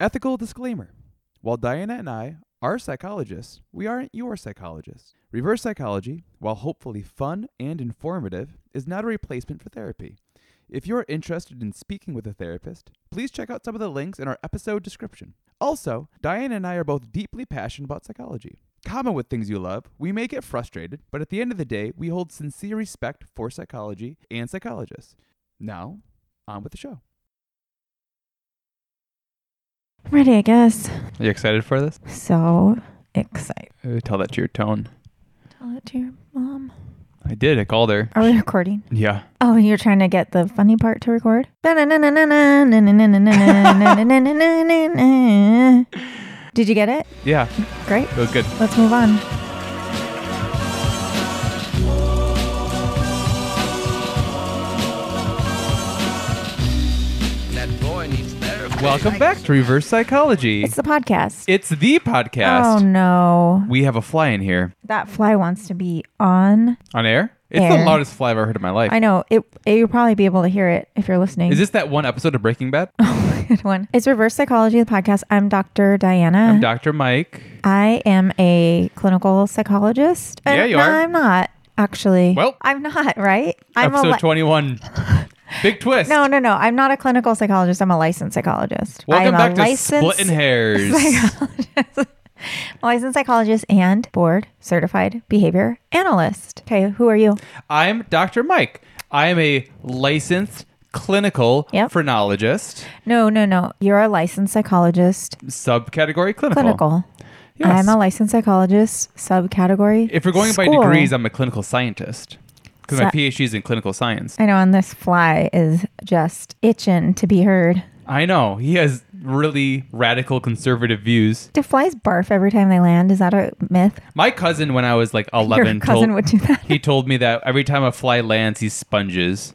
Ethical disclaimer While Diana and I are psychologists, we aren't your psychologists. Reverse psychology, while hopefully fun and informative, is not a replacement for therapy. If you're interested in speaking with a therapist, please check out some of the links in our episode description. Also, Diane and I are both deeply passionate about psychology. Common with things you love, we may get frustrated, but at the end of the day, we hold sincere respect for psychology and psychologists. Now, on with the show. Ready, I guess. Are you excited for this? So excited. Tell that to your tone. Tell it to your mom. I did. I called her. Are we recording? Yeah. Oh, you're trying to get the funny part to record? Did you get it? Yeah. Great. It was good. Let's move on. That boy needs therapy. Welcome back to Reverse Psychology. It's the podcast. It's the podcast. Oh, no. We have a fly in here. That fly wants to be on. On air? It's the Air. loudest fly I've ever heard in my life. I know. It, it you'll probably be able to hear it if you're listening. Is this that one episode of Breaking Bad? Uh-huh. Good one. It's Reverse Psychology, the podcast. I'm Dr. Diana. I'm Dr. Mike. I am a clinical psychologist. And Yeah, you no, are. I'm not actually. Well. I'm not right. I'm episode a li- 21. Big twist. no, no, no. I'm not a clinical psychologist. I'm a licensed psychologist. Welcome I'm back a to licensed Splitting Hairs. psychologist. licensed psychologist and board certified behavior analyst. Okay, who are you? I'm Dr. Mike. I am a licensed clinical Yep. phrenologist, No, no, no. You're a licensed psychologist, subcategory clinical. clinical. Yes. I'm a licensed psychologist, subcategory. if you're going by school. degrees, I'm a clinical scientist because my Sci- PhD is in clinical science. I know, and this fly is just itching to be heard. I know he has really radical conservative views. Do flies barf every time they land? Is that a myth? My cousin, when I was like 11, Your cousin told, would do that. he told me that every time a fly lands, he sponges.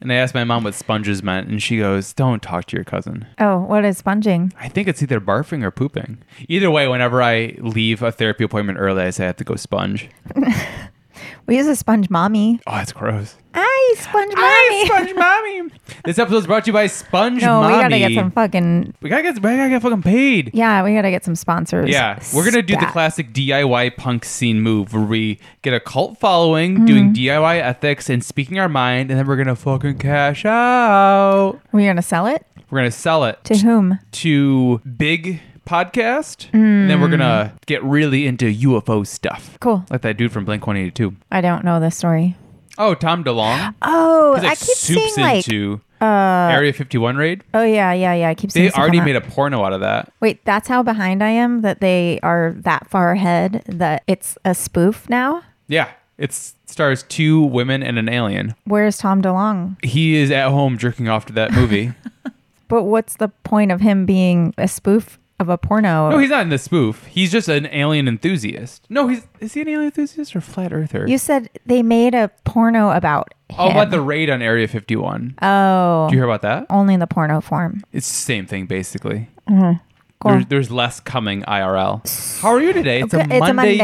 And I asked my mom what sponges meant, and she goes, "Don't talk to your cousin." oh, what is sponging? I think it's either barfing or pooping. Either way, whenever I leave a therapy appointment early, I say I have to go sponge. We use a sponge mommy. Oh, that's gross. I sponge mommy. Hi, Sponge Mommy. this episode is brought to you by Sponge no, Mommy. we gotta get some fucking. We gotta get, we gotta get fucking paid. Yeah, we gotta get some sponsors. Yeah, we're gonna do the Stat. classic DIY punk scene move where we get a cult following, Mm-hmm. doing DIY ethics and speaking our mind, and then we're gonna fucking cash out. We're gonna sell it We're gonna sell it to whom? to big podcast, and then we're gonna get really into UFO stuff. Mm. Cool. Like that dude from Blink 182. I don't know this story. Oh, Tom DeLong. Oh, He's like I keep soups seeing like. into Area 51 raid. Oh yeah, yeah, yeah. I keep seeing. They stuff on already that. made a porno out of that. Wait, that's how behind I am that they are that far ahead that it's a spoof now. Yeah. It stars two women and an alien. Where's Tom DeLong? He is at home jerking off to that movie. But what's the point of him being a spoof of a porno? no, he's not in the spoof. He's just an alien enthusiast. No, he's is he an alien enthusiast or flat earther? you said they made a porno about him. oh, about the raid on Area 51. Oh, Do you hear about that? only in the porno form. It's the same thing basically. Mm-hmm. Cool. There's, there's less coming IRL. How are you today? It's, Good- a, Monday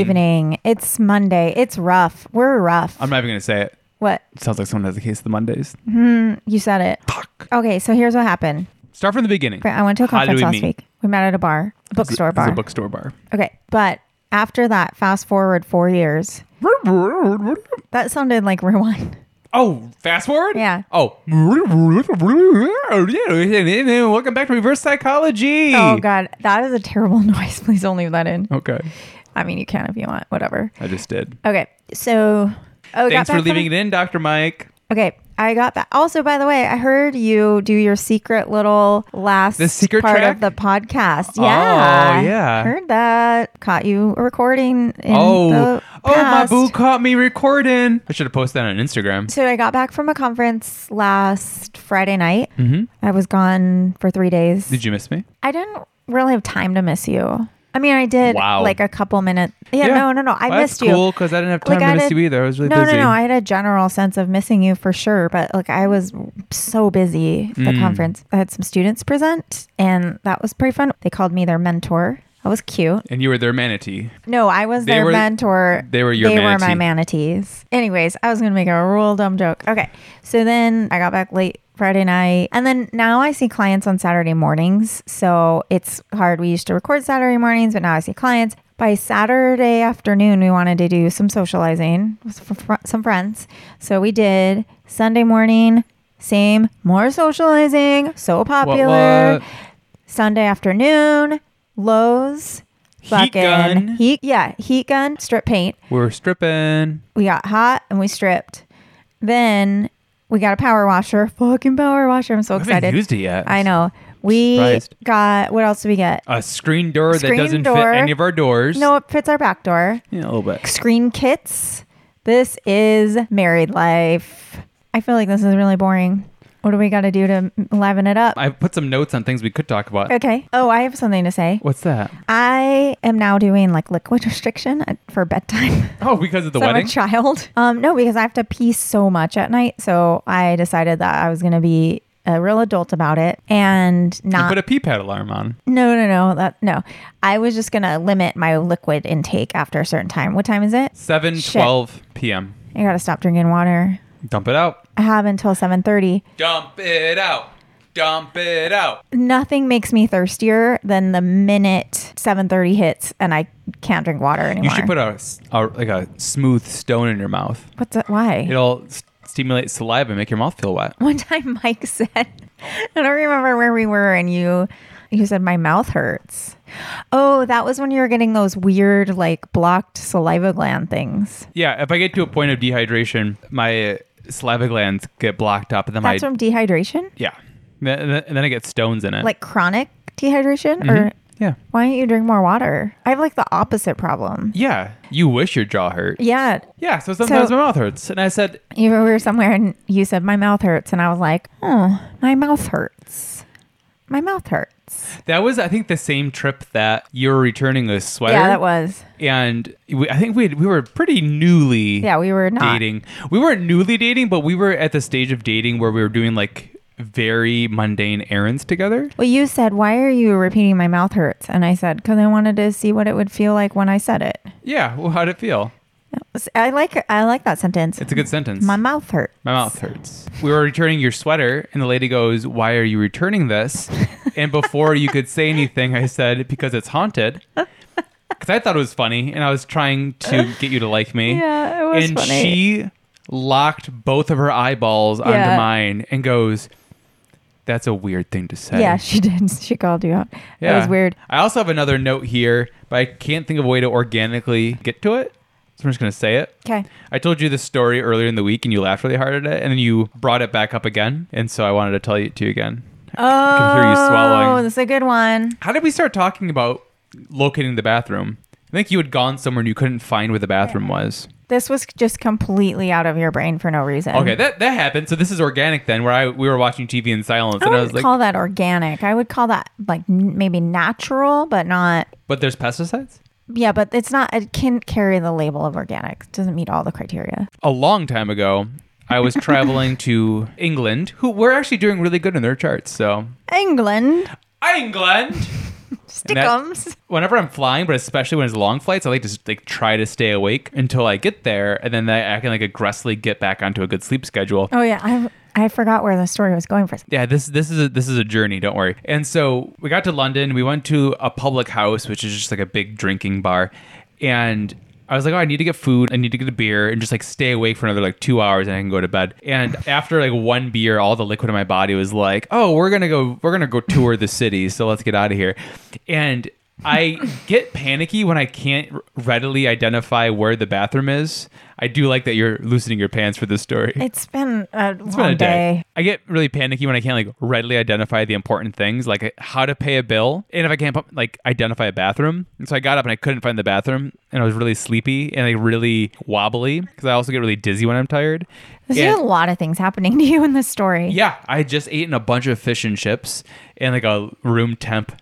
evening. It's Monday. It's rough. We're rough. I'm not even gonna say it. what? it. Sounds like someone has a case of the Mondays. Mm-hmm. You said it. Fuck. Okay, so here's what happened. Start from the beginning. I went to a How did conference we last meet? week. We met at a bar, a It's a- bookstore it's bar. a bookstore bar. okay, but after that, fast forward four years. That sounded like rewind. Oh, fast forward? Yeah. Oh. Welcome back to Reverse Psychology. Oh god, that is a terrible noise. Please don't leave that in. Okay. I mean, you can if you want. Whatever. I just did. Okay, so oh, Thanks for leaving it in, Dr. Mike. Okay, I got that. Also, by the way, I heard you do your secret little last The secret part track? of the podcast. Oh, Yeah, yeah. heard that. Caught you recording. In Oh. the Oh, my past. boo caught me recording. I should have posted that on Instagram. So I got back from a conference last Friday night. Mm-hmm. I was gone for three days. Did you miss me? I didn't really have time to miss you. I mean, I did Wow. like a couple minutes. Yeah, no, no, no. I Well, missed that's you. cool because I didn't have time I to miss had- you either. I was really no, busy. No, no, I had a general sense of missing you for sure, but like I was so busy at the Mm. conference. I had some students present, and that was pretty fun. They called me their mentor. That was cute. and you were their manatee. No, I was They their were- mentor. they were your They were manatee. my manatees. Anyways, I was gonna make a real dumb joke. Okay, so then I got back late Friday night. And then now I see clients on Saturday mornings. So it's hard. We used to record Saturday mornings, but now I see clients. By Saturday afternoon, we wanted to do some socializing with fr- fr- some friends. So we did. Sunday morning, same, more socializing, so popular. what? Sunday afternoon, Lowe's. Heat Fucking gun. heat, yeah, heat gun, strip paint. We were stripping. We got hot and we stripped. Then we got a power washer, fucking power washer. I'm so I haven't excited. used it yet. I know. We Surprised. got what else did we get? A screen door Screen that doesn't door. fit any of our doors. No, it fits our back door. Yeah, a little bit. Screen kits. This is married life. I feel like this is really boring. What do we got to do to liven it up? I put some notes on things we could talk about. Okay. Oh, I have something to say. What's that? I am now doing like liquid restriction at- for bedtime. Oh, because of the So I'm wedding. a child. Um, no, because I have to pee so much at night. So I decided that I was going to be a real adult about it and you not. put a pee pad alarm on. no, no, no, that no. I was just going to limit my liquid intake after a certain time. What time is it? Seven Shit. twelve p.m. I got to stop drinking water. Dump it out. I have until seven thirty. Dump it out. Dump it out. Nothing makes me thirstier than the minute seven thirty hits and I can't drink water You anymore. should put a, s- a- like a smooth stone in your mouth. What's that? Why? It'll s- stimulate saliva and make your mouth feel wet. One time Mike said, I don't remember where we were, and you you said my mouth hurts. Oh, that was when you were getting those weird like blocked saliva gland things. Yeah, if I get to a point of dehydration, my saliva glands get blocked up, and then That's my from dehydration? yeah, Th- th- and then I get stones in it. Like chronic dehydration or yeah, why don't you drink more water? I have like the opposite problem. yeah. You wish your jaw hurt. Yeah. Yeah, so sometimes So- my mouth hurts, and I said, You we were somewhere and you said my mouth hurts and I was like, "Oh, my mouth hurts. My mouth hurts." That was, I think, the same trip that you were returning a sweater. Yeah, that was. And we, I think we we were pretty newly. Yeah, we were not. dating. We weren't newly dating, but we were at the stage of dating where we were doing like very mundane errands together. Well, you said, Why are you repeating my mouth hurts? And I said, Because I wanted to see what it would feel like when I said it. Yeah. Well, how'd it feel? S- I like I like that sentence. It's a good sentence. my mouth hurts. My mouth hurts. We were returning your sweater, and the lady goes, Why are you returning this? And before you could say anything, I said, Because it's haunted. Because I thought it was funny, and I was trying to get you to like me. Yeah, it was And funny. she locked both of her eyeballs onto Yeah. mine and goes, That's a weird thing to say. Yeah, she did. She called you out. That was weird. I also have another note here, but I can't think of a way to organically get to it. So I'm just going to say it. Okay. I told you this story earlier in the week and you laughed really hard at it and then you brought it back up again. And so I wanted to tell it to you again. Oh, can hear you swallowing. That's Oh, a good one. How did we start talking about locating the bathroom? I think you had gone somewhere and you couldn't find where the bathroom was. This was just completely out of your brain for no reason. Okay, that, that happened. So this is organic then, where I we were watching TV in silence I and I wouldn't was like, Oh, call that organic. I would call that like n- maybe natural, but not. but there's pesticides? Yeah, but it's not. It can carry the label of organic. It doesn't meet all the criteria. a long time ago, I was traveling to England, who we're actually doing really good in their charts. So, England England. stickums. Whenever I'm flying, but especially when it's long flights, I like to s- like try to stay awake until I get there, and then I I can like aggressively get back onto a good sleep schedule. Oh yeah, I I forgot where the story was going for. a second. Yeah, this this is a, this is a journey. Don't worry. And so we got to London. We went to a public house, which is just like a big drinking bar, and. I was like, oh, I need to get food. I need to get a beer and just like stay awake for another like two hours and I can go to bed. And after like one beer, all the liquid in my body was like, oh, we're going to go, we're going to go tour the city. So let's get out of here. And I get panicky when I can't r- readily identify where the bathroom is. I do like that you're loosening your pants for this story. It's been a It's long been a day. day. I get really panicky when I can't like readily identify the important things, like how to pay a bill, and if I can't like identify a bathroom. And so I got up and I couldn't find the bathroom, and I was really sleepy and like really wobbly because I also get really dizzy when I'm tired. There's And- a lot of things happening to you in this story. yeah, I had just eaten a bunch of fish and chips and like a room temp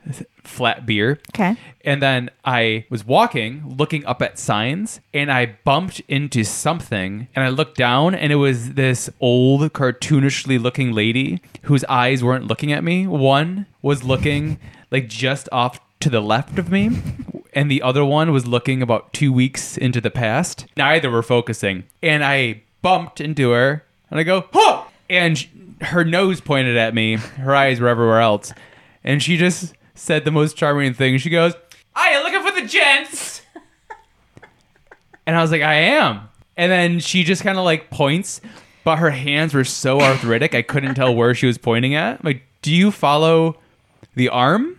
flat beer. Okay. And then I was walking, looking up at signs, and I bumped into something. And I looked down, and it was this old, cartoonishly looking lady whose eyes weren't looking at me. One was looking like just off to the left of me, and the other one was looking about two weeks into the past. Neither were focusing. And I bumped into her, and I go, huh! And sh- her nose pointed at me, her eyes were everywhere else, and she just said the most charming thing. She goes, "Are you looking for the gents?" And I was like, "I am." And then she just kind of like points, but her hands were so arthritic, I couldn't tell where she was pointing at. I'm like, do you follow the arm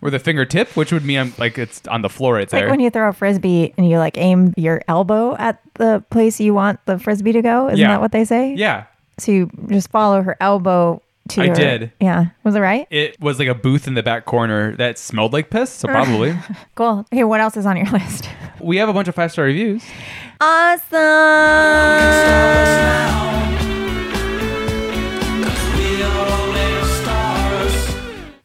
or the fingertip? Which would mean I'm like it's on the floor right Like there. when you throw a frisbee and you like aim your elbow at the place you want the frisbee to go. Isn't Yeah. that what they say? yeah, So you just follow her elbow to. I your- did. Yeah. Was it right? it was like a booth in the back corner that smelled like piss. So probably. Cool. Okay. What else is on your list? We have a bunch of five star reviews. Awesome.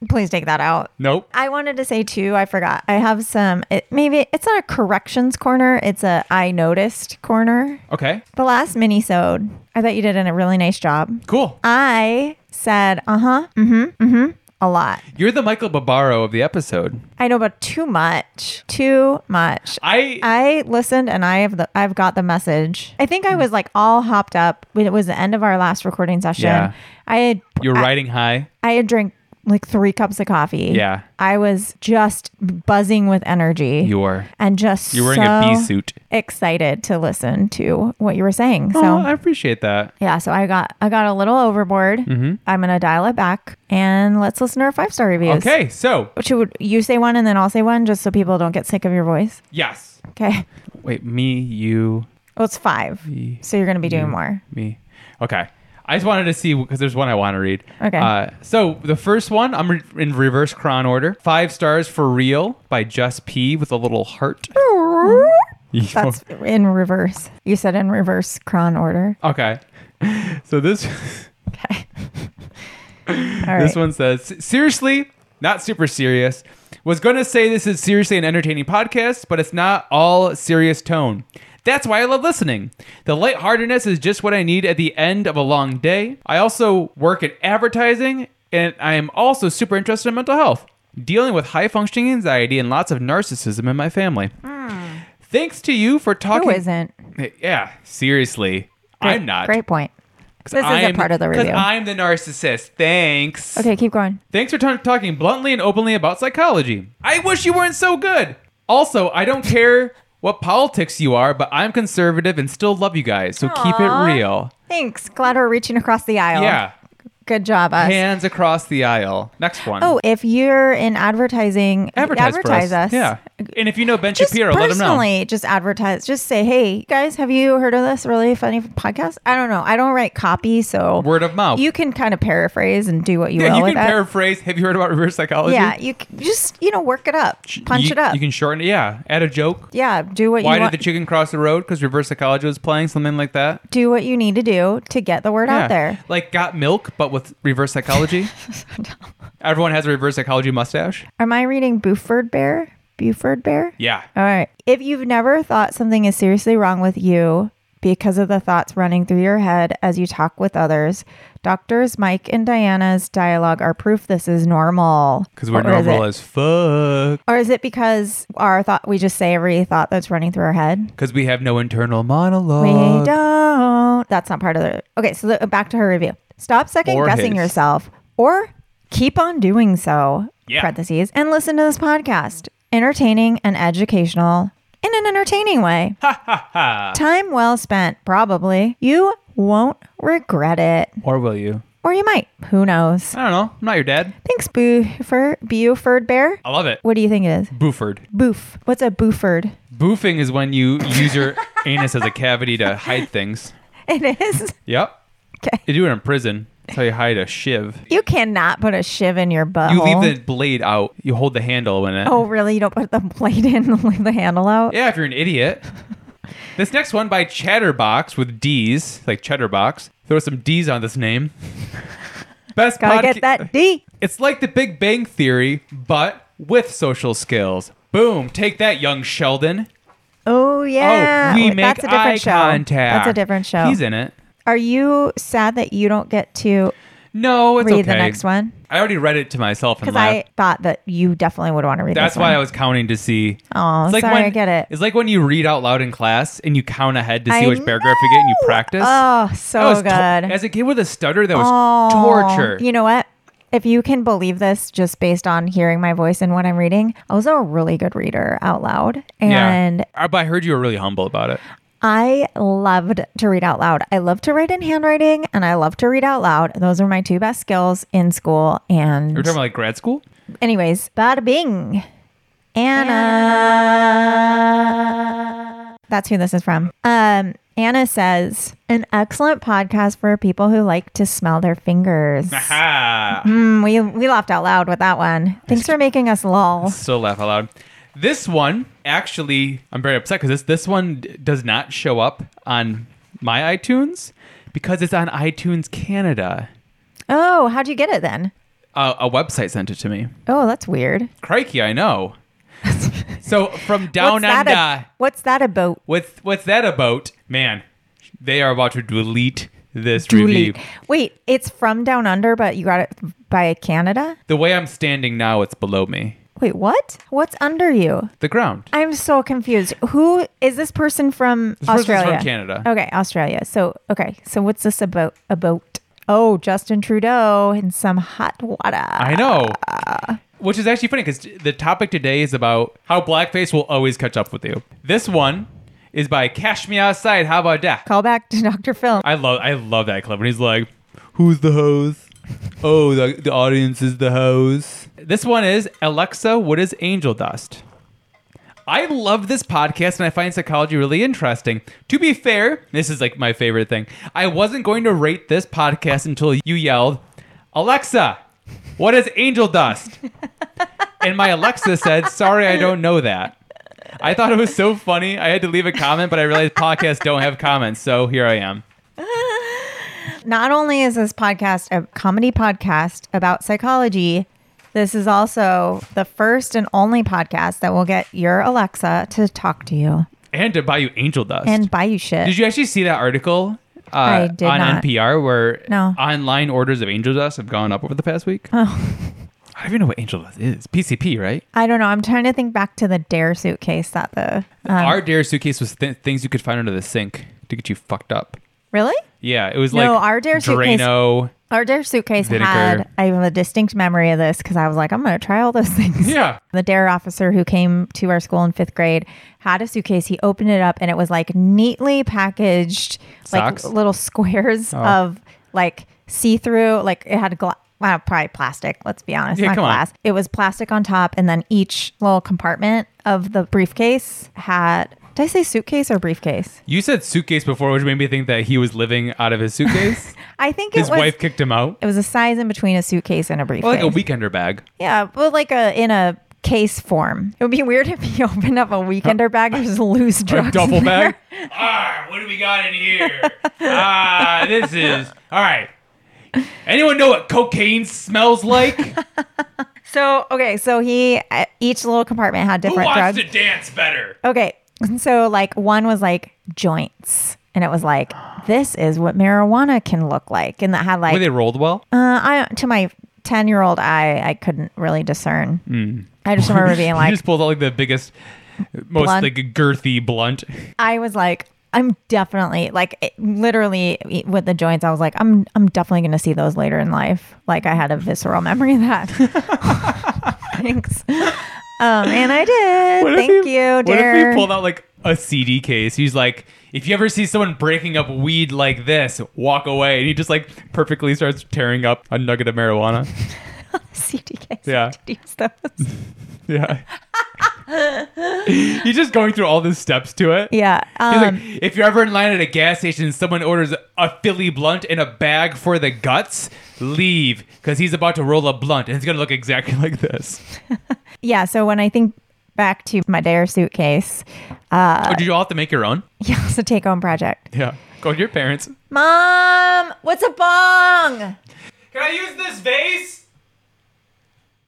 Please take that out. Nope. I wanted to say too. I forgot. I have some. It, maybe it's not a corrections corner. It's a I noticed corner. Okay. The last mini sewed. I thought you did a really nice job. Cool. I said, uh huh, mm hmm, mm hmm, a lot. You're the Michael Barbaro of the episode. I know, but too much, too much. I, I listened and I have the I've got the message. I think I was like all hopped up when it was the end of our last recording session. Yeah. I had you're I- riding high. I had drank like three cups of coffee. Yeah. I was just buzzing with energy. You are. and just You're wearing a bee so suit. Excited to listen to what you were saying. So Oh, I appreciate that. yeah, so I got I got a little overboard. Mm-hmm. I'm gonna dial it back and let's listen to our five star reviews. Okay, so Should you say one and then I'll say one just so people don't get sick of your voice? yes. Okay. Wait, me, you, Well, it's five. So you're gonna be doing more. me. Okay. I just wanted to see because there's one I want to read. Okay. Uh, so the first one, I'm re- in reverse cron order. Five stars for real by Just P with a little heart. That's in reverse. You said in reverse cron order. okay. So this Okay. All right. This one says, seriously, not super serious. Was going to say this is seriously an entertaining podcast, but it's not all serious tone. That's why I love listening. The lightheartedness is just what I need at the end of a long day. I also work in advertising, and I am also super interested in mental health, dealing with high functioning anxiety and lots of narcissism in my family. Thanks to you for talking. Hmm. Who isn't? Yeah, seriously. I'm not. Great point. This I'm- isn't part of the 'cause review. I'm the narcissist. Thanks. okay, keep going. Thanks for t- talking bluntly and openly about psychology. I wish you weren't so good. Also, I don't care what politics you are, but I'm conservative and still love you guys, so keep Aw. it real. Thanks. Glad we're reaching across the aisle. Yeah. Good job, us. Hands across the aisle. Next one. Oh, if you're in advertising, advertise, for us. Yeah. And if you know Ben Just Shapiro, let him know. personally, just advertise. Just say, "Hey, you guys, have you heard of this really funny podcast?" I don't know. I don't write copy, so Word of mouth. You can kind of paraphrase and do what you Yeah, will you with can that. paraphrase. Have you heard about reverse psychology? yeah, you c- just you know work it up, punch You- it up. You can shorten it. Yeah. Add a joke. yeah, do what Why you did want, the chicken cross the road? Because reverse psychology was playing something like that. do what you need to do to get the word Yeah. out there. Like got milk, but with reverse psychology. Everyone has a reverse psychology mustache. Am I reading Buford Bear? Buford Bear? Yeah. All right. If you've never thought something is seriously wrong with you because of the thoughts running through your head as you talk with others, doctors Mike and Diana's dialogue are proof this is normal. Because we're Or is normal it- as fuck. or is it because our thought we just say every thought that's running through our head? Because we have no internal We monologue. don't. That's not part of the. Okay, so the, back to her review. Stop second Or guessing his. yourself, or keep on doing so. Yeah. Parentheses and listen to this podcast. Entertaining and educational in an entertaining way. Time well spent, probably. You won't regret it, Or will you? or you might. Who knows? I don't know. I'm not your dad. Thanks, Buford Buford Bear. I love it. What do you think it is? Booford. Boof. What's a Buford? Boofing is when you use your anus as a cavity to hide things. It is. Yep. 'Kay. You do it in prison. That's how you hide a shiv. You cannot put a shiv in your butthole. You leave the blade out. You hold the handle in it. Oh, really? You don't put the blade in and leave the handle out? Yeah, if you're an idiot. this next one by Chatterbox with D's, like Chatterbox. Throw some D's on this name. Best Gotta podca- get that D. It's like the Big Bang Theory, but with social skills. Boom! Take that, young Sheldon. Oh, yeah. oh, we Wait, make That's a different eye show. contact. That's a different show. He's in it. Are you sad that you don't get to No, it's Read okay. the next one I already read it to myself and because laughed. I thought that you definitely would want to read. That's this why one. I was counting to see. Oh, It's sorry, I get it. It's like when you read out loud in class and you count ahead to see I which paragraph you get and you know! practice. Oh, That so was to- good. as a kid with a stutter, that was Oh, torture. You know what? If you can believe this just based on hearing my voice and what I'm reading, I was a really good reader out loud. And yeah. I, but I heard you were really humble about it. I loved to read out loud. I love to write in handwriting and I love to read out loud. Those were my two best skills in school. And You're talking about like grad school? anyways, bada bing. Anna. That's who this is from. Um, Anna says, an excellent podcast for people who like to smell their fingers. Ha! Mm, we, we laughed out loud with that one. Thanks for making us lol. Still laugh out loud. This one, actually, I'm very upset because this, this one d- does not show up on my iTunes because it's on iTunes Canada. Oh, how'd you get it then? Uh, a website sent it to me. Oh, that's weird. Crikey, I know. so from down what's, that under. a- what's that about? What's what's that about? Man, they are about to delete this review. Wait, it's from down under, but you got it by Canada? The way I'm standing now, it's below me. Wait, what? What's under you? The ground. I'm so confused. Who is this person from person's from Australia? Canada. Okay, Australia. So okay, so what's this about? About oh, Justin Trudeau in some hot water. I know. Which is actually funny because the topic today is about how blackface will always catch up with you. This one is by Cash Me Outside. How about that? Call back to Dr. Phil. I love I love that clip when he's like, "Who's the hose? Oh, the, the audience is the hose." This one is Alexa. What is angel dust? I love this podcast and I find psychology really interesting. To be fair, this is like my favorite thing. I wasn't going to rate this podcast until you yelled, "Alexa, what is angel dust?" and my Alexa said, "Sorry, I don't know that." I thought it was so funny. I had to leave a comment, but I realized podcasts don't have comments, so here I am. Not only is this podcast a comedy podcast about psychology, this is also the first and only podcast that will get your Alexa to talk to you and to buy you angel dust. and buy you shit. did you actually see that article uh, I did on not. NPR where No. online orders of angel dust have gone up over the past week? Oh. I don't even know what angel dust is. PCP, right? I don't know. I'm trying to think back to the Dare suitcase that the um, Our dare suitcase was th- things you could find under the sink to get you fucked up. really Yeah, it was No, like our Dare suitcase- Drano. our Dare suitcase Vinegar. had. I have a distinct memory of this because I was like, I'm going to try all those things. Yeah. The Dare officer who came to our school in fifth grade had a suitcase. He opened it up and it was like neatly packaged, Socks? Oh. like little squares of like see through, like it had gla- well, probably plastic, let's be honest. Yeah, not come on. glass. It was plastic on top, and then each little compartment of the briefcase had. Did I say suitcase or briefcase? You said suitcase before, which made me think that he was living out of his suitcase. I think his it was. wife kicked him out. it was a size in between a suitcase and a briefcase. Well, like a weekender bag. Yeah, but like a in a case form. It would be weird if he opened up a weekender bag and just loose drugs. a duffel in there. bag. ah, what do we got in here? Ah, this is all right. Anyone know what cocaine smells like? Who So okay, so he uh, each little compartment had different wants drugs. to dance better? okay, and so like one was like joints, and it was like this is what marijuana can look like, and that had like Were they rolled well? uh, I to my ten year old eye, I couldn't really discern. Hmm. I just remember being you like, just pulled out like the biggest, most Blunt. like girthy blunt. I was like, I'm definitely like it- literally e, with the joints. I was like, I'm I'm definitely gonna see those later in life. Like I had a visceral memory of that. Thanks. Um, and I did. What if Thank he- you, What if dear. he pulled out like a CD case? He's like, if you ever see someone breaking up weed like this, walk away. And he just like perfectly starts tearing up a nugget of marijuana. CDK. Yeah. Use those. Yeah. He's just going through all the steps to it. Yeah. He's Um, like, if you're ever in line at a gas station and someone orders a Philly blunt and a bag for the guts, leave because he's about to roll a blunt and it's going to look exactly like this. yeah. So when I think back to my dare suitcase, oh, did you all have to make your own? yeah, it's a take home project. Yeah. Go to your parents. Mom, what's a bong? Can I use this vase?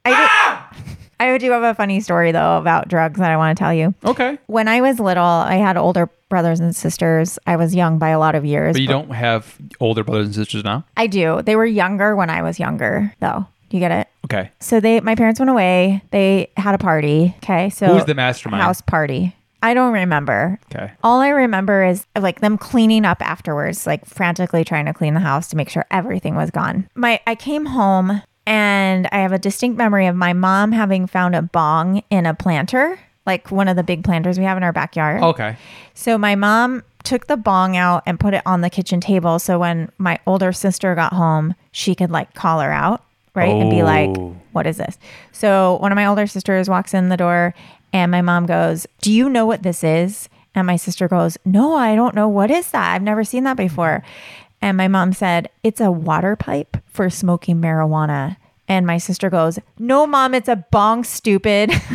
I, did, I do have a funny story though about drugs that I want to tell you. Okay. When I was little, I had older brothers and sisters. I was young by a lot of years. But you don't have older brothers and sisters now? I do. They were younger when I was younger, though. Do you get it? Okay. So they, my parents went away. They had a party. Okay, so Who's the mastermind? House party. I don't remember. Okay. All I remember is like them cleaning up afterwards, like frantically trying to clean the house to make sure everything was gone. My I came home and I have a distinct memory of my mom having found a bong in a planter, like one of the big planters we have in our backyard. Okay. So my mom took the bong out and put it on the kitchen table so when my older sister got home, she could like call her out, right? And be like, Oh. "What is this?" So one of my older sisters walks in the door and my mom goes, "Do you know what this is?" And my sister goes, "No, I don't know what is that. I've never seen that before." And my mom said, "It's a water pipe for smoking marijuana." And my sister goes, "No, mom, it's a bong, stupid."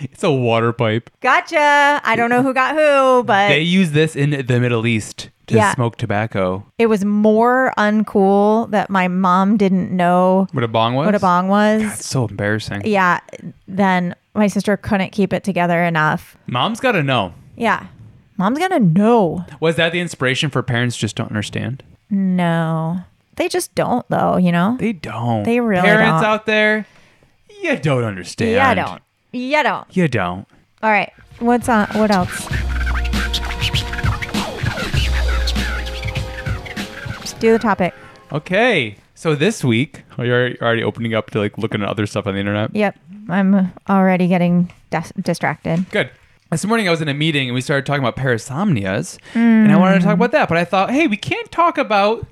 it's a water pipe. gotcha. I don't know who got who, but They use this in the Middle East to Yeah. smoke tobacco. it was more uncool that my mom didn't know What a bong was? what a bong was. That's so embarrassing. Yeah. Then my sister couldn't keep it together enough. Mom's got to know. Yeah. Mom's going to know. Was that the inspiration for parents just don't understand? No. They just don't, though, you know? They don't. They really Parents don't. out there, you don't understand. Yeah, don't. Yeah, don't. You don't. All right. What's on? What else? Do the topic. Okay. So this week, oh, you're already- you're already opening up to like looking at other stuff on the internet. Yep. I'm already getting dis- distracted. Good. This morning I was in a meeting and we started talking about parasomnias, and I wanted to talk Mm. about that, but I thought, hey, we can't talk about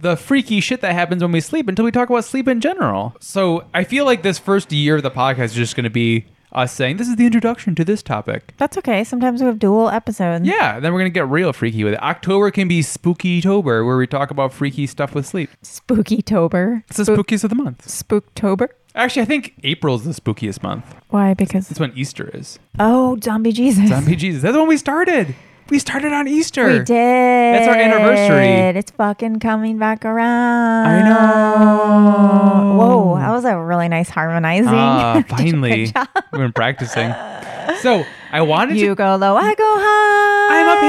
the freaky shit that happens when we sleep until we talk about sleep in general. So I feel like this first year of the podcast is just going to be us saying this is the introduction to this topic. That's okay. Sometimes we have dual episodes. Yeah, then we're going to get real freaky with it. October can be spooky Tober, where we talk about freaky stuff with sleep. Spooky Tober. It's the spookiest of the month. Spooktober. Actually, I think April's the spookiest month. Why? Because That's when Easter is. oh, zombie Jesus. Zombie Jesus. That's when we started. We started on Easter. We did. That's our anniversary. It's fucking coming back around. I know. Whoa, that was a really nice harmonizing. Ah, Did a good finally. job. We've been practicing. So I wanted You to. go low, I go high. I'm up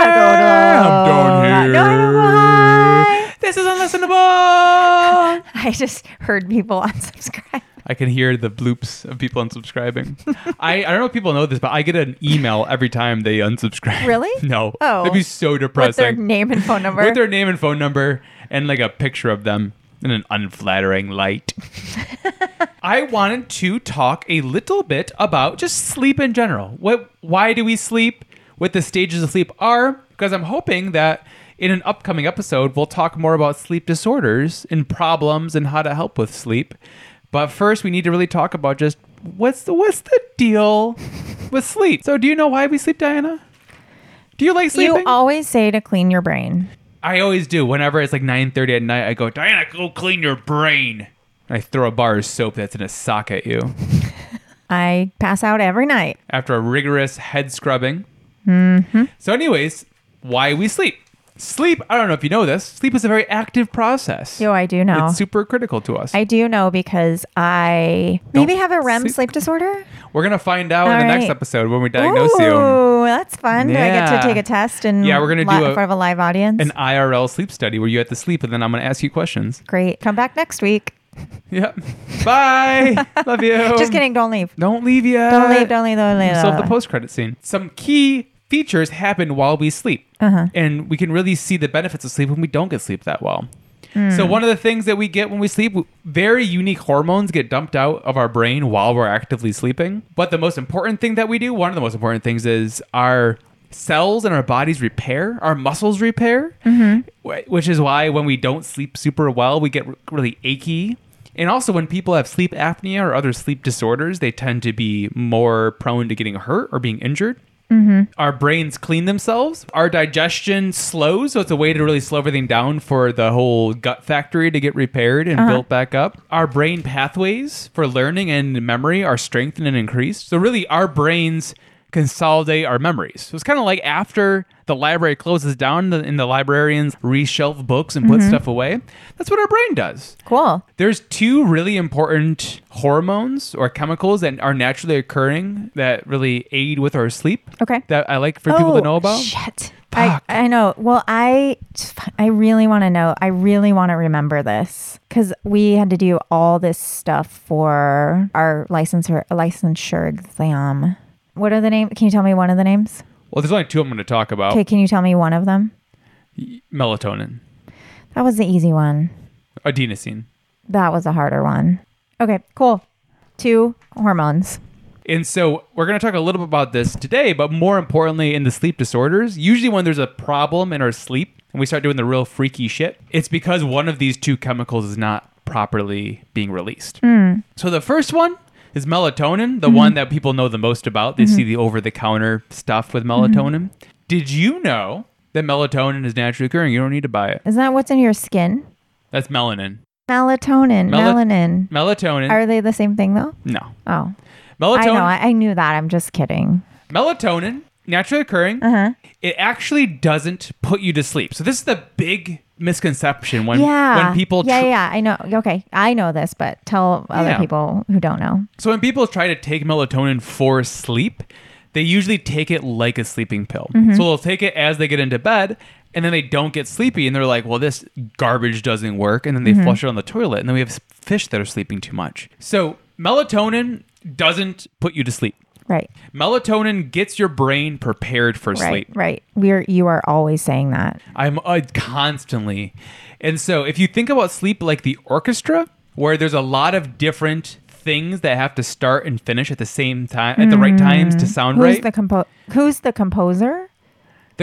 here. I go I'm low. down here. No, I don't go high. This is unlistenable. I just heard people unsubscribe. I can hear the bloops of people unsubscribing. I, I don't know if people know this, but I get an email every time they unsubscribe. Really? No. Oh. That'd be so With their depressing. name and phone number. With their name and phone number and like a picture of them in an unflattering light. I wanted to talk a little bit about just sleep in general. What why do we sleep? What the stages of sleep are? Because I'm hoping that in an upcoming episode we'll talk more about sleep disorders and problems and how to help with sleep. But first we need to really talk about just what's the what's the deal with sleep? So do you know why we sleep, Diana? Do you like sleeping? you always say to clean your brain. I always do. Whenever it's like 9:30 at night, I go, "Diana, go clean your brain." And I throw a bar of soap that's in a sock at you. I pass out every night. after a rigorous head scrubbing. Mm-hmm. So, anyways, why we sleep? Sleep, I don't know if you know this, sleep is a very active process. Yo, I do know. It's super critical to us. I do know because I maybe Don't have a REM sleep- sleep, disorder. We're going to find out in All the next right. episode when we diagnose you. Ooh, that's fun. Do I get Yeah. to take a test and Yeah, we're gonna li- do a- in front of a live audience? An IRL sleep study where you have to sleep and then I'm going to ask you questions. Great. Come back next week. Yep. Bye. Love you. Just kidding. Don't leave. Don't leave yet. Don't leave. Don't leave. Don't leave. So Don't uh, the leave. post credit scene. Some key features happen while we sleep, and we can really see the benefits of sleep when we don't get sleep that well. So one of the things that we get when we sleep, very unique hormones get dumped out of our brain while we're actively sleeping. But the most important thing that we do, one of the most important things, is our cells in our bodies repair, our muscles repair, wh- which is why when we don't sleep super well, we get r- really achy. And also, when people have sleep apnea or other sleep disorders, they tend to be more prone to getting hurt or being injured. Our brains clean themselves. Our digestion slows, so it's a way to really slow everything down for the whole gut factory to get repaired and built back up. Our brain pathways for learning and memory are strengthened and increased. So, really, our brains consolidate our memories. So it's kind of like after the library closes down the, and the librarians reshelve books and put stuff away, that's what our brain does. Cool. There's two really important hormones or chemicals that are naturally occurring that really aid with our sleep. Okay. That I like for people to Oh, know about. Shit. I, Fuck. I know. Well, I I really want to know. I really want to remember this because we had to do all this stuff for our licensure licensure exam. What are the name? Can you tell me one of the names? Well, there's only two I'm going to talk about. Okay, can you tell me one of them? Melatonin, That was the easy one. adenosine. That was the harder one. Okay, cool. Two hormones. And so we're going to talk a little bit about this today, but more importantly, in the sleep disorders, usually when there's a problem in our sleep and we start doing the real freaky shit, it's because one of these two chemicals is not properly being released. Hmm. So the first one is melatonin, Mm-hmm. the one that people know the most about. They see the over the counter stuff with Mm-hmm. melatonin. Did you know that melatonin is naturally occurring? You don't need to buy it. Is that what's in your skin? That's melanin. Melatonin, Mela- melanin. Melatonin. Are they the same thing though? no. Oh, Melatonin. I know. I, I knew that. I'm just kidding. melatonin naturally occurring Uh-huh. it actually doesn't put you to sleep so this is the big misconception when yeah. when people Yeah, tr- yeah. I know. Okay, I know this, but tell other Yeah. people who don't know. so when people try to take melatonin for sleep they usually take it like a sleeping pill Mm-hmm. so they'll take it as they get into bed and then they don't get sleepy and they're like well this garbage doesn't work and then they Mm-hmm. flush it on the toilet and then we have fish that are sleeping too much so melatonin doesn't put you to sleep Right. melatonin gets your brain prepared for Right. sleep Right. We're you are always saying that. I'm uh, constantly. And so if you think about sleep like the orchestra, where there's a lot of different things that have to start and finish at the same time, at the right times to sound Mm. Who's right, the the-, compo- Who's the composer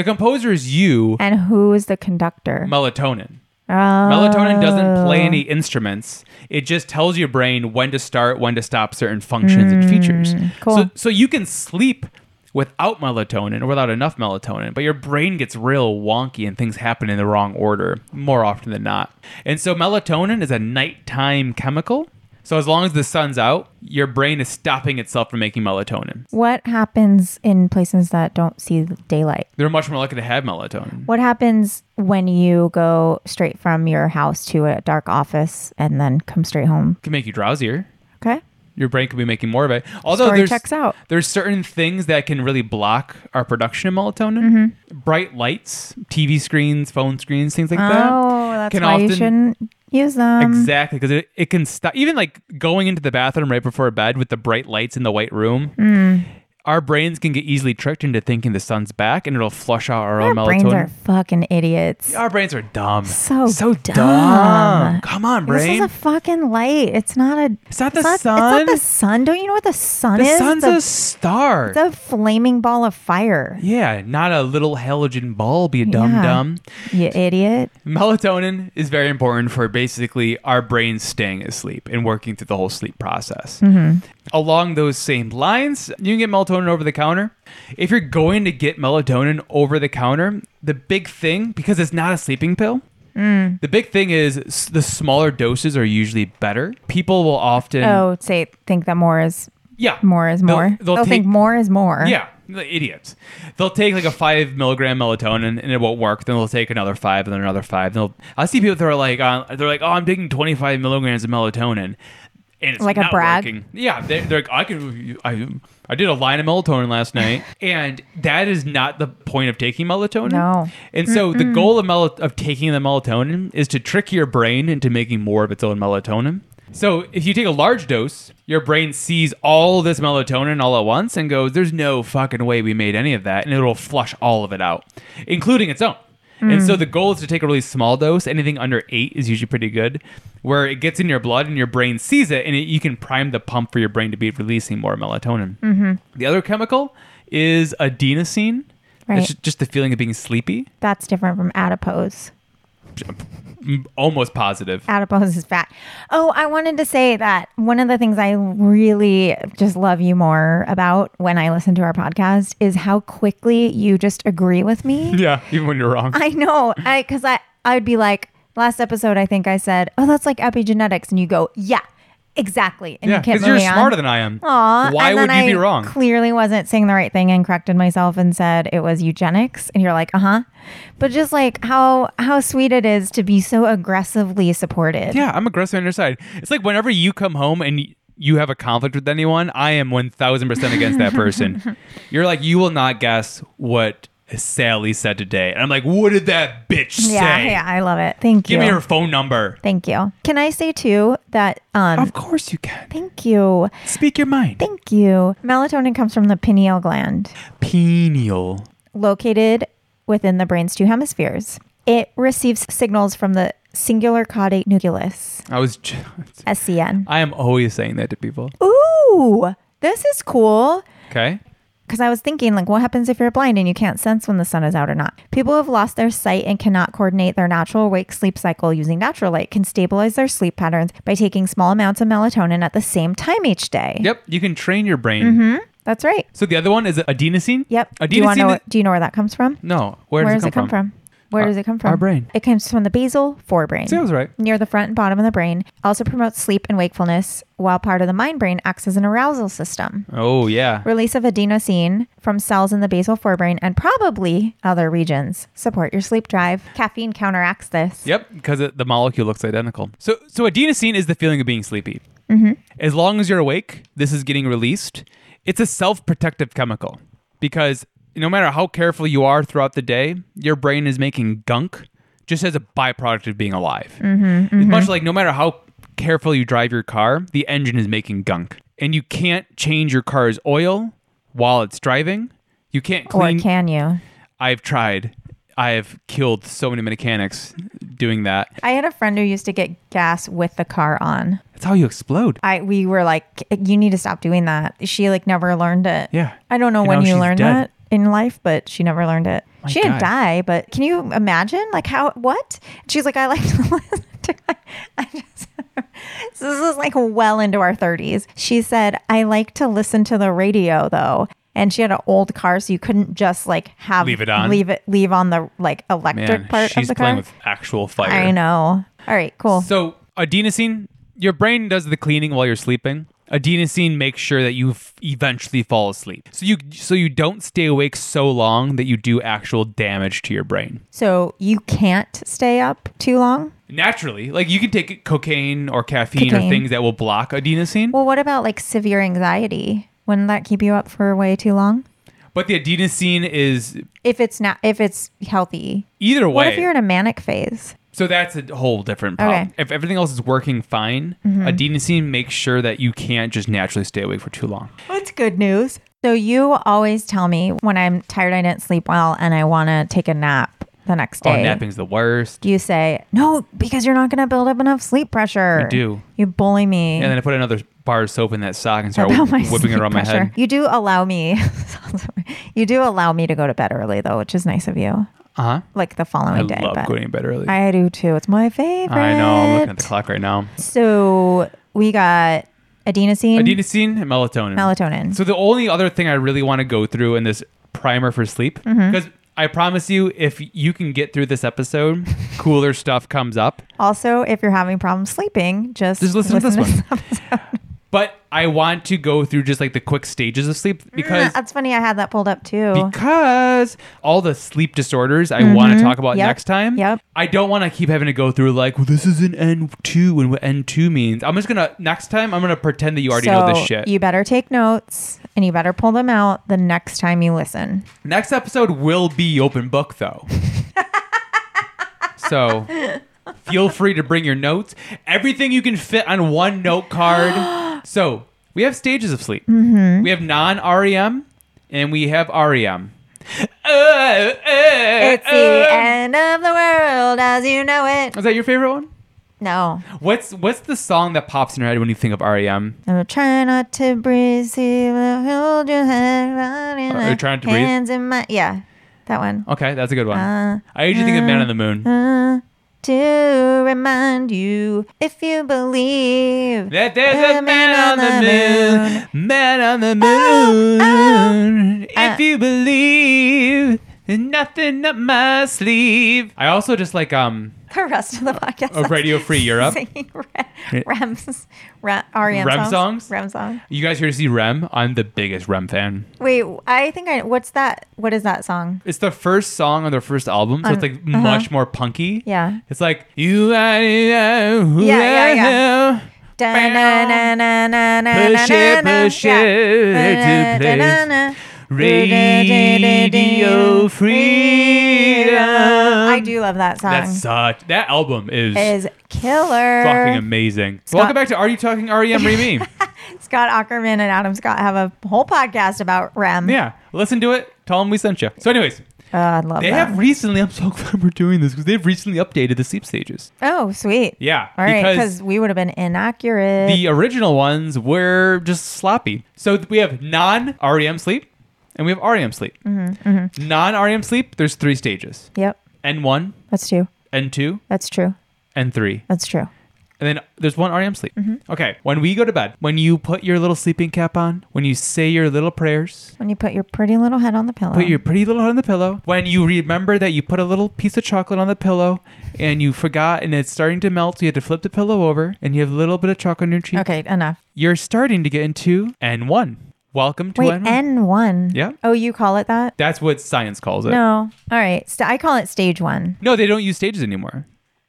composer is you, and who is the conductor? melatonin. Oh. Melatonin doesn't play any instruments. It just tells your brain when to start, when to stop certain functions and features. cool. So, so you can sleep without melatonin or without enough melatonin, but your brain gets real wonky and things happen in the wrong order more often than not. And so melatonin is a nighttime chemical. So as long as the sun's out, your brain is stopping itself from making melatonin. What happens in places that don't see the daylight? They're much more likely to have melatonin. What happens when you go straight from your house to a dark office and then come straight home? It can make you drowsier. Okay. your brain could be making more of it. Although Story there's checks out. there's certain things that can really block our production of melatonin. Mm-hmm. Bright lights, TV screens, phone screens, things like that. oh, that's can why you often- shouldn't use them. Exactly, because it, it can stop. Even like going into the bathroom right before bed with the bright lights in the white room, Mm. our brains can get easily tricked into thinking the sun's back, and it'll flush out our Our own brains Oh, melatonin. are fucking idiots. our brains are dumb. So dumb. dumb. Come on, This brain. is a fucking light. It's not a. It's not the It's not sun. the sun. Don't you know what the sun the is? sun's It's a star. a, it's a flaming ball of fire. Yeah, not a little halogen bulb, you dumb Yeah. dumb. You idiot. Melatonin is very important for basically our brains staying asleep and working through the whole sleep process. Mm-hmm. Along those same lines, you can get melatonin over the counter. If you're going to get melatonin over the counter, the big thing, because it's not a sleeping pill, Mm. the big thing is s- the smaller doses are usually better. People will often, Oh, say think that more is yeah, more is Mm. They'll- more. They'll, take think more is more. yeah, the idiots. They'll take like a five milligram melatonin and it won't work. Then they'll take another five and then another five. They'll I see people that are like uh, they're like oh I'm taking 25 milligrams of melatonin. And it's Like a not brag? Working. Yeah, they're, they're like I can I I did a line of melatonin last night, and that is not the point of taking melatonin. No. And so the goal of mel- of taking the melatonin is to trick your brain into making more of its own melatonin. So if you take a large dose, your brain sees all this melatonin all at once and goes, "There's no fucking way we made any of that," and it'll flush all of it out, including its own. And so the goal is to take a really small dose. Anything under eight is usually pretty good, where it gets in your blood and your brain sees it, and it, you can prime the pump for your brain to be releasing more melatonin. Mm-hmm. The other chemical is adenosine. Right. It's ju- just the feeling of being sleepy. That's different from adipose. M- Almost positive. Adipose is fat. Oh, I wanted to say that one of the things I really just love you more about when I listen to our podcast is how quickly you just agree with me. Yeah, even when you're wrong. I know, I because I I would be like last episode. I think I said, "Oh, that's like epigenetics," and you go, "Yeah, exactly. And Yeah, you can't because you're really on. smarter than I am. Aw, Why and would you then I be wrong? Clearly wasn't saying the right thing and corrected myself and said it was eugenics. And you're like, uh huh. But just like how how sweet it is to be so aggressively supported. yeah, I'm aggressive on your side. It's like whenever you come home and y- you have a conflict with anyone, I am 1000% against that person. You're like, you will not guess what Sally said today. And I'm like, what did that bitch yeah, say? yeah, I love it. Thank Give you. me her phone number. Thank you. Can I say too that um Of course you can. thank you. Speak your mind. Thank you. Melatonin comes from the pineal gland, Penial. located within the brain's two hemispheres. It receives signals from the singular caudate nucleus, I was. Just, SCN. I am always saying that to people. Ooh, this is cool. Okay. Because I was thinking, like, what happens if you're blind and you can't sense when the sun is out or not? People who have lost their sight and cannot coordinate their natural wake sleep cycle using natural light can stabilize their sleep patterns by taking small amounts of melatonin at the same time each day. Yep. You can train your brain. That's right. So the other one is adenosine. Yep. Adenosine. do you want to know? is- Do you know where that comes from? no. Where, Where does it come from? Where Our- does it come from? our brain. It comes from the basal forebrain. See, I was right. Near the front and bottom of the brain, also promotes sleep and wakefulness, while part of the mind brain acts as an arousal system. Oh yeah. Release of adenosine from cells in the basal forebrain and probably other regions support your sleep drive. Caffeine counteracts this. Yep, because the molecule looks identical. So, so adenosine is the feeling of being sleepy. As long as you're awake, this is getting released. It's a self-protective chemical because no matter how careful you are throughout the day, your brain is making gunk just as a byproduct of being alive. It's much like no matter how careful you drive your car, the engine is making gunk, and you can't change your car's oil while it's driving. You can't Or clean. can you? I've tried. I've killed so many mechanics doing that. I had a friend who used to get gas with the car on. That's how you explode. I we were like, you need to stop doing that. She like never learned it. Yeah. I don't know And when now you she's learned dead. that in life, but she never learned it. she God. didn't die, but can you imagine? Like how? What? She's like, I like to listen to. My, I just. So this is like well into our thirties. She said, I like to listen to the radio though. And she had an old car, so you couldn't just like have Leave it on? leave it, leave on the like electric Man, part she's of the car. playing with actual fire. I know. All right, cool. So adenosine, your brain does the cleaning while you're sleeping. Adenosine makes sure that you f- eventually fall asleep, so you so you don't stay awake so long that you do actual damage to your brain. so you can't stay up too long. Naturally, like you can take cocaine or caffeine Cocaine. or things that will block adenosine, Well, what about like severe anxiety? Wouldn't that keep you up for way too long? but the adenosine is If it's not, if it's healthy. either way. What if you're in a manic phase? So that's a whole different problem. Okay. Mm-hmm. If everything else is working fine, adenosine makes sure that you can't just naturally stay awake for too long. That's good news. So you always tell me when I'm tired, I didn't sleep well, and I want to take a nap the next Oh, day. napping's the worst. You say no because you're not going to build up enough sleep pressure. I do. You bully me. And then I put another bar of soap in that sock and start about my whipping it sleep around my pressure. head. You do allow me. you do allow me to go to bed early though, which is nice of you. Uh huh. Like the I following day, love but going to bed early. I, I do too. It's my favorite. know. I'm looking at the clock right now. So we got adenosine, Adenosine and melatonin. melatonin. So the only other thing I really want to go through in this primer for sleep, because Mm-hmm. I promise you, if you can get through this episode, cooler stuff comes up. also, if you're having problems sleeping, just, Just listen to this one. episode. But I want to go through just like the quick stages of sleep because That's funny. I had that pulled up too. because all the sleep disorders I want to talk about Mm-hmm. Yep. next time. Yep. I don't want to keep having to go through like well, this is an N two and what N two means. I'm just gonna next time I'm gonna pretend that you already know this So shit. you better take notes and you better pull them out the next time you listen. next episode will be open book though. so feel free to bring your notes. Everything you can fit on one note card. so we have stages of sleep. Mm-hmm. We have non REM and we have E REM. It's Uh, the end of the world as you know it. Is that your favorite one? No, What's what's the song that pops in your head when you think of E REM? I'm trying not to breathe. See, but hold your head. running Are you like trying to breathe? Hands in my yeah, that one. Okay, that's a good one. Uh, I usually think of Man on the Moon. Uh, to remind you if you believe that there's a the man on the moon, man on the moon. oh. If you believe, nothing up my sleeve. I also just like um The rest of the podcast. a Radio Free Europe. Singing re- Rem's, re- REM, Rem E songs. songs? Rem songs. You guys here to see Rem? I'm the biggest Rem fan. Wait, I think I. What's that? What is that song? It's the first song on their first album, so it's like much more punky. Yeah. It's like you are who Yeah, I am. yeah, yeah. Push Push it, push it to place. Radio freedom. I do love that song. That's such that album is, is killer. fucking amazing. Welcome back to Are You Talking E REM Remy? Scott Ackerman and Adam Scott have a whole podcast about REM. yeah, listen to it. Tell them we sent you. So, anyways, Oh, I love they that. have recently. I'm so glad we're doing this because they've recently updated the sleep stages. oh, sweet. Yeah, All right, because- because we would have been inaccurate. The original ones were just sloppy. So th- we have non REM sleep and we have REM sleep. Mm-hmm, Non REM sleep, there's three stages yep, N1, that's true. N2, That's true. N3. That's true. And then there's one REM sleep. Mm-hmm. Okay, when we go to bed, when you put your little sleeping cap on, when you say your little prayers, When you put your pretty little head on the pillow. put your pretty little head on the pillow, when you remember that you put a little piece of chocolate on the pillow and you forgot and it's starting to melt, so you had to flip the pillow over and you have a little bit of chocolate on your cheek. okay, enough. you're starting to get into N1. Welcome to Wait, N1. N1. Yeah. Oh, you call it that? That's what science calls it. No. All right. St- I call it stage one. No, they don't use stages anymore.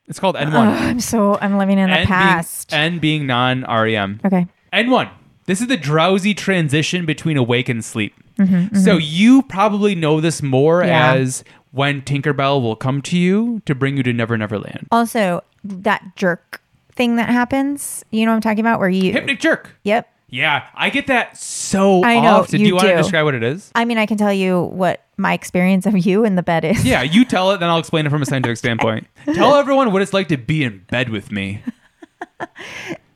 It's called Ugh, N1. I'm so, I'm living in the N past. Being, N being E non REM. okay. N1. This is the drowsy transition between awake and sleep. So you probably know this more Mm-hmm, Yeah. as when Tinkerbell will come to you to bring you to Never Never Land. Also, that jerk thing that happens, you know what I'm talking about? Where you. Hypnic jerk. Yep. Yeah, I get that so I know, often. do you you want to do. describe what it is? I mean, I can tell you what my experience of you in the bed is. Yeah, you tell it, then I'll explain it from a scientific standpoint. Tell everyone what it's like to be in bed with me.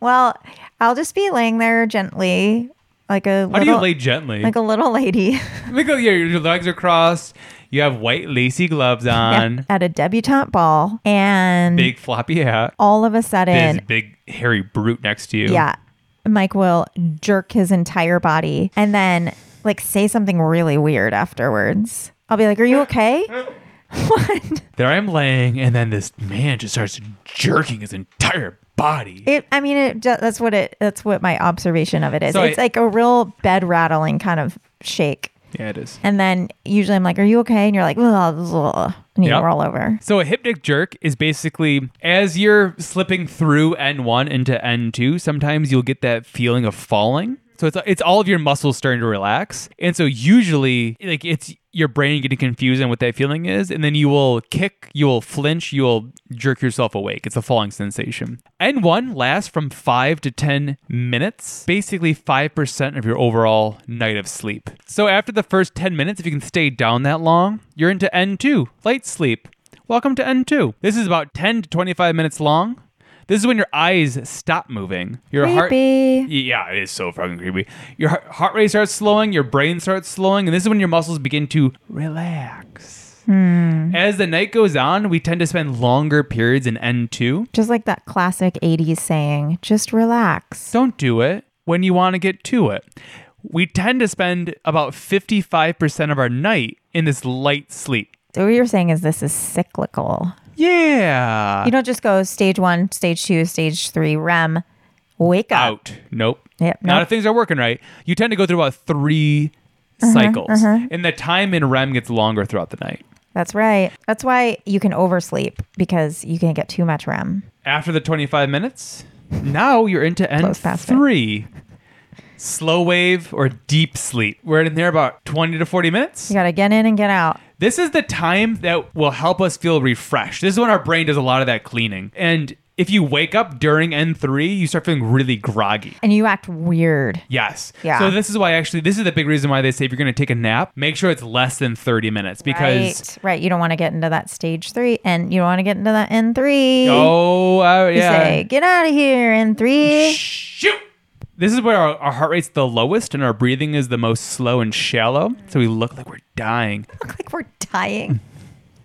Well, I'll just be laying there gently, like a How little, do you lay gently? like a little lady Look, at your, your legs are crossed. You have white lacy gloves on. at a debutante ball, and Big floppy hat. all of a This sudden, big hairy brute next to you. Yeah. Mike will jerk his entire body and then like say something really weird afterwards. I'll be like, Are you okay? what? There I'm laying, and then this man just starts jerking his entire body. It, I mean, it, ju- that's what it, that's what my observation of it is. So it's I- like a real bed rattling kind of shake. yeah, it is. And then usually I'm like, Are you okay? And you're like, "Ugh, ugh," And you Yep. roll over. So a hypnic jerk is basically as you're slipping through N1 into N2, sometimes you'll get that feeling of falling. So it's it's all of your muscles starting to relax. And so usually like it's your brain getting confused on what that feeling is and then you will kick, you will flinch, you will jerk yourself awake. It's a falling sensation. N1 lasts from 5 to 10 minutes, basically 5% of your overall night of sleep. So after the first 10 minutes if you can stay down that long, you're into N2, light sleep. Welcome to N2. This is about 10 to 25 minutes long. This is when your eyes stop moving. Your heart. Creepy. Yeah, it is so fucking creepy. Your heart- heart rate starts slowing, your brain starts slowing, and this is when your muscles begin to relax. As the night goes on, we tend to spend longer periods in N2. Just like that classic 80s saying, just relax. Don't do it when you want to get to it. We tend to spend about 55% of our night in this light sleep. So what you're saying is this is cyclical. Yeah. You don't just go stage one, stage two, stage three, REM, wake up. out. Nope. Yep, Not nope. if things are working right. You tend to go through about 3 Uh-huh, cycles, and the time in REM gets longer throughout the night. That's right. That's why you can oversleep because you can get too much REM. After the 25 minutes, now you're into Close past it. N3. Slow wave or deep sleep. We're in there about 20 to 40 minutes. You got to get in and get out. This is the time that will help us feel refreshed. This is when our brain does a lot of that cleaning. And if you wake up during N3, you start feeling really groggy. And you act weird. Yes. Yeah. So this is why actually this is the big reason why they say if you're going to take a nap, make sure it's less than 30 minutes because right. right. You don't want to get into that stage three and you don't want to get into that N3. oh uh, You yeah. say, get out of here, N3. Shoot. This is where our, our heart rate's the lowest and our breathing is the most slow and shallow. So we look like we're dying Look like we're dying.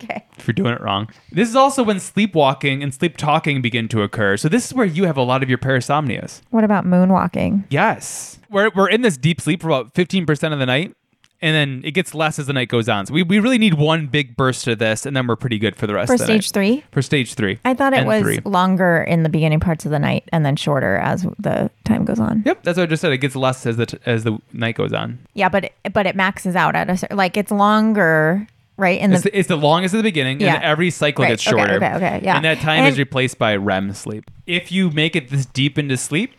Okay. if you're doing it wrong. This is also when sleepwalking and sleep talking begin to occur. So this is where you have a lot of your parasomnias. What about moonwalking? Yes. We're, we're in this deep sleep for about 15% of the night. and then it gets less as the night goes on. So we, we really need one big burst of this, and then we're pretty good for the rest For of the stage night. three? For stage three. I thought it and was three. longer in the beginning parts of the night and then shorter as the time goes on. Yep, that's what I just said. It gets less as the t- as the night goes on. Yeah, but it, but it maxes out at a certain like it's longer, right? In It's the the, it's the longest at the beginning, Yeah. and every cycle Right. gets Okay, shorter. okay, okay, yeah. And that time And- is replaced by REM sleep. If you make it this deep into sleep,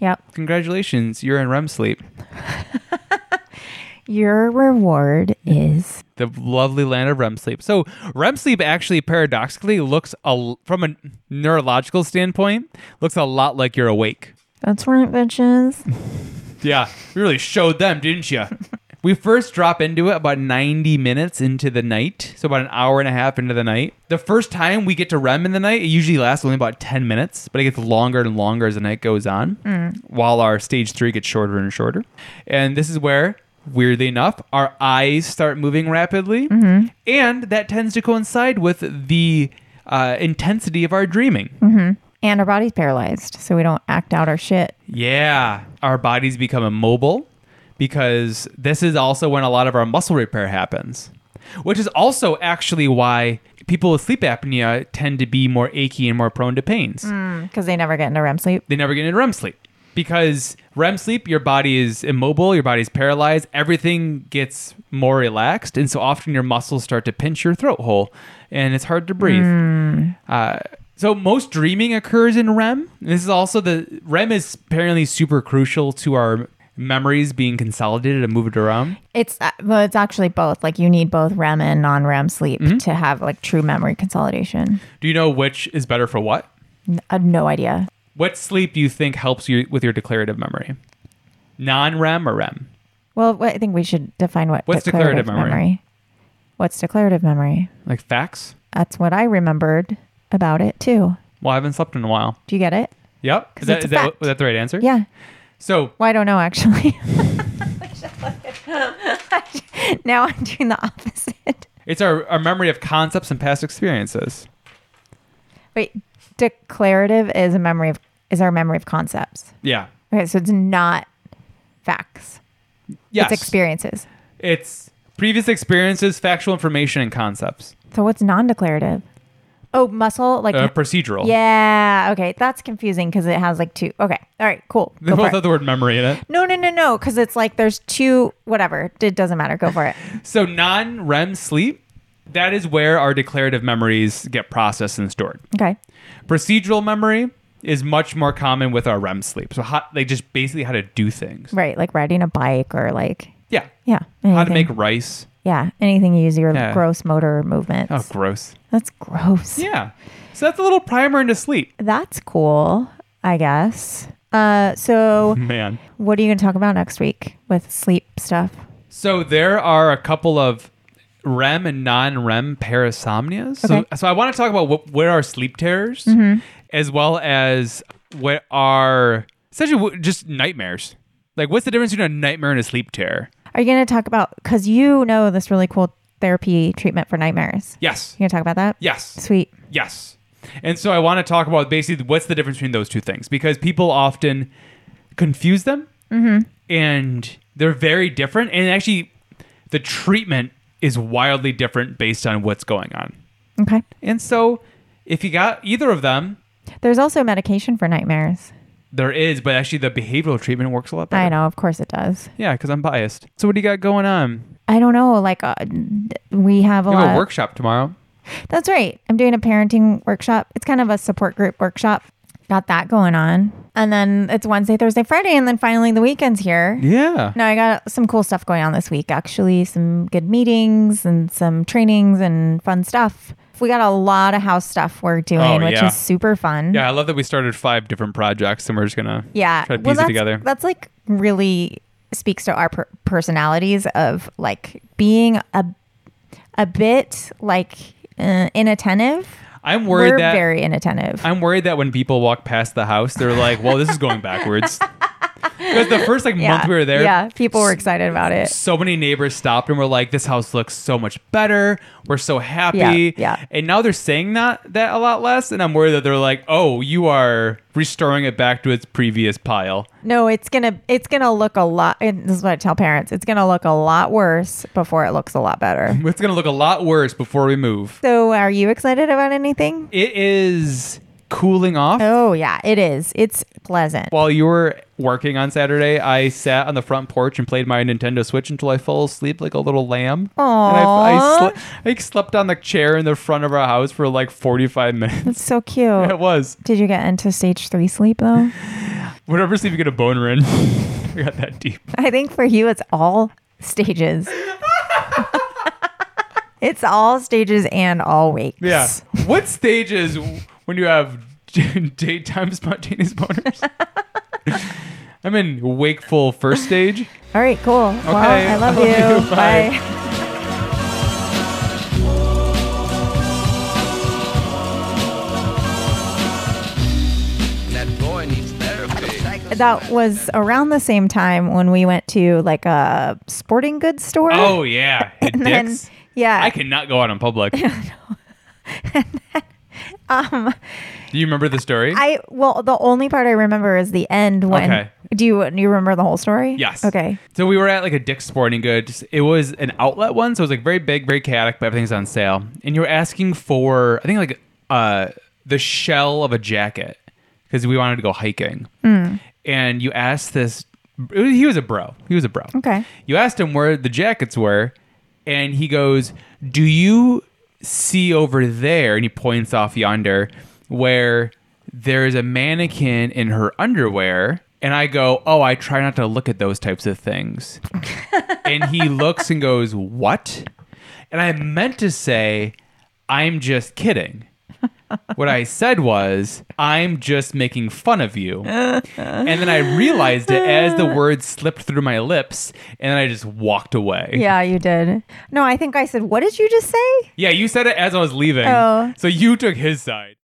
yep. congratulations, you're in REM sleep. Your reward is the lovely land of REM sleep. So REM sleep actually paradoxically looks a, l- from a neurological standpoint looks a lot like you're awake. that's right, bitches. Yeah, you really showed them, didn't you? we first drop into it about 90 minutes into the night, so about an hour and a half into the night. The first time we get to REM in the night, it usually lasts only about 10 minutes, but it gets longer and longer as the night goes on, while our stage 3 gets shorter and shorter. And this is where Weirdly enough, our eyes start moving rapidly, and that tends to coincide with the uh, intensity of our dreaming. And our body's paralyzed, so we don't act out our shit. Yeah, our bodies become immobile because this is also when a lot of our muscle repair happens, which is also actually why people with sleep apnea tend to be more achy and more prone to pains. Because they never get into REM sleep. They never get into REM sleep because REM sleep, your body is immobile, your body's paralyzed, everything gets more relaxed, and so often your muscles start to pinch your throat hole, and it's hard to breathe. Uh, so most dreaming occurs in REM. This is also the REM is apparently super crucial to our memories being consolidated and moved around. It's uh, well, it's actually both. Like you need both REM and non-REM sleep Mm-hmm. to have like true memory consolidation. Do you know which is better for what? N- I have no idea. What sleep do you think helps you with your declarative memory? Non-REM or REM? Well, wh- I think we should define what What's declarative memory? What's declarative memory? Like facts? That's what I remembered about it too. Well, I haven't slept in a while. Do you get it? Yep. 'Cause Is that, it's a is that, fact. was that the right answer? Yeah. So Well, I don't know actually. now I'm doing the opposite. it's our, our memory of concepts and past experiences. Wait, declarative is a memory of is our memory of concepts. Yeah. Okay, so it's not facts. Yes. It's experiences. It's previous experiences, factual information, and concepts. So what's non-declarative? Oh, muscle like Uh, procedural. yeah. Okay, that's confusing because it has like two. Okay, all right, cool. They Go for both it. have the word memory in it. No, no, no, no. Because it's like there's two, whatever. It doesn't matter. Go for it. So non REM sleep, that is where our declarative memories get processed and stored. Okay. Procedural memory is much more common with our REM sleep. So how, like just basically how to do things. Right. Like riding a bike or like, Yeah. yeah. How to anything. make rice. Yeah. Anything you use your Yeah. gross motor movements. Oh, gross. That's gross. Yeah. So that's a little primer into sleep. That's cool, I guess. Uh, so, Man. what are you going to talk about next week with sleep stuff? So there are a couple of REM and non-REM parasomnias. Okay. So, so I want to talk about what, what are sleep terrors, as well as what are essentially what- just nightmares. Like, what's the difference between a nightmare and a sleep terror? Are you going to talk about, because you know this really cool therapy treatment for nightmares? Yes, You going to talk about that? yes, Sweet. yes. And so I want to talk about basically what's the difference between those two things because people often confuse them, and they're very different. And actually, the treatment is wildly different based on what's going on. Okay. And so, if you got either of them, There's also medication for nightmares. there is, but actually the behavioral treatment works a lot better. I know. Of course it does. Yeah, because I'm biased. So, what do you got going on? I don't know. Like, uh, d- we have a You lot. have a workshop tomorrow. That's right. I'm doing a parenting workshop. It's kind of a support group workshop. Got that going on. And then it's Wednesday, Thursday, Friday, and then finally the weekend's here. Yeah. No, I got some cool stuff going on this week, actually. Some good meetings and some trainings and fun stuff. We got a lot of house stuff we're doing, Oh, which yeah. is super fun. Yeah, I love that we started five different projects and we're just going to Yeah. try to piece well, it that's, together. That's like really speaks to our per- personalities of like being a, a bit like uh, inattentive. I'm worried we're that. very inattentive. I'm worried that when people walk past the house, they're like, "Well, this is going backwards." Because the first like Yeah. month we were there, Yeah. People were excited about it. so many neighbors stopped and were like, "This house looks so much better. We're so happy." Yeah, yeah. And now they're saying that that a lot less, and I'm worried that they're like, "Oh, you are restoring it back to its previous pile." No, it's gonna it's gonna look a lot. And this is what I tell parents. It's gonna look a lot worse before it looks a lot better. It's going to look a lot worse before we move. So, are you excited about anything? It is cooling off. Oh yeah, it is. It's pleasant. While you were working on Saturday, I sat on the front porch and played my Nintendo Switch until I fell asleep like a little lamb. And I, I, Aw. sle- I slept on the chair in the front of our house for like 45 minutes. It's so cute. it was. Did you get into stage three sleep though? Whatever sleep you get a boner in. I got that deep. I think for you, it's all stages. it's all stages and all wakes. Yeah. what stage is when you have daytime spontaneous boners? I'm in wakeful first stage. All right, cool. Well, Okay. I love, I love you. you. Bye. Bye. That boy needs therapy. That was around the same time when we went to like a sporting goods store. Oh, yeah. It and then dicks. yeah, I cannot go out in public. um, Do you remember the story? I well, the only part I remember is the end when. Okay. Do you do you remember the whole story? Yes. Okay. So we were at like a Dick's Sporting Goods. It was an outlet one, so it was like very big, very chaotic, but everything's on sale. And you were asking for, I think like uh the shell of a jacket because we wanted to go hiking. Hmm. And you asked this. He was a bro. He was a bro. Okay. You asked him where the jackets were, and he goes, "Do you see over there?" And he points off yonder, where there is a mannequin in her underwear. And I go, "Oh, I try not to look at those types of things." and he looks and goes, "What?" And I meant to say, "I'm just kidding." What I said was, "I'm just making fun of you." and then I realized it as the words slipped through my lips, and then I just walked away. Yeah, you did. No, I think I said, "What did you just say?" Yeah, you said it as I was leaving. Oh. So you took his side.